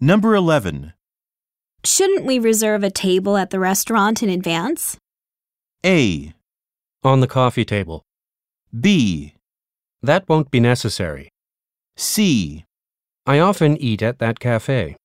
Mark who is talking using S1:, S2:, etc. S1: Number 11.
S2: Shouldn't we reserve a table at the restaurant in advance?
S1: A.
S3: On the coffee table.
S1: B.
S3: That won't be necessary.
S1: C.
S3: I often eat at that cafe.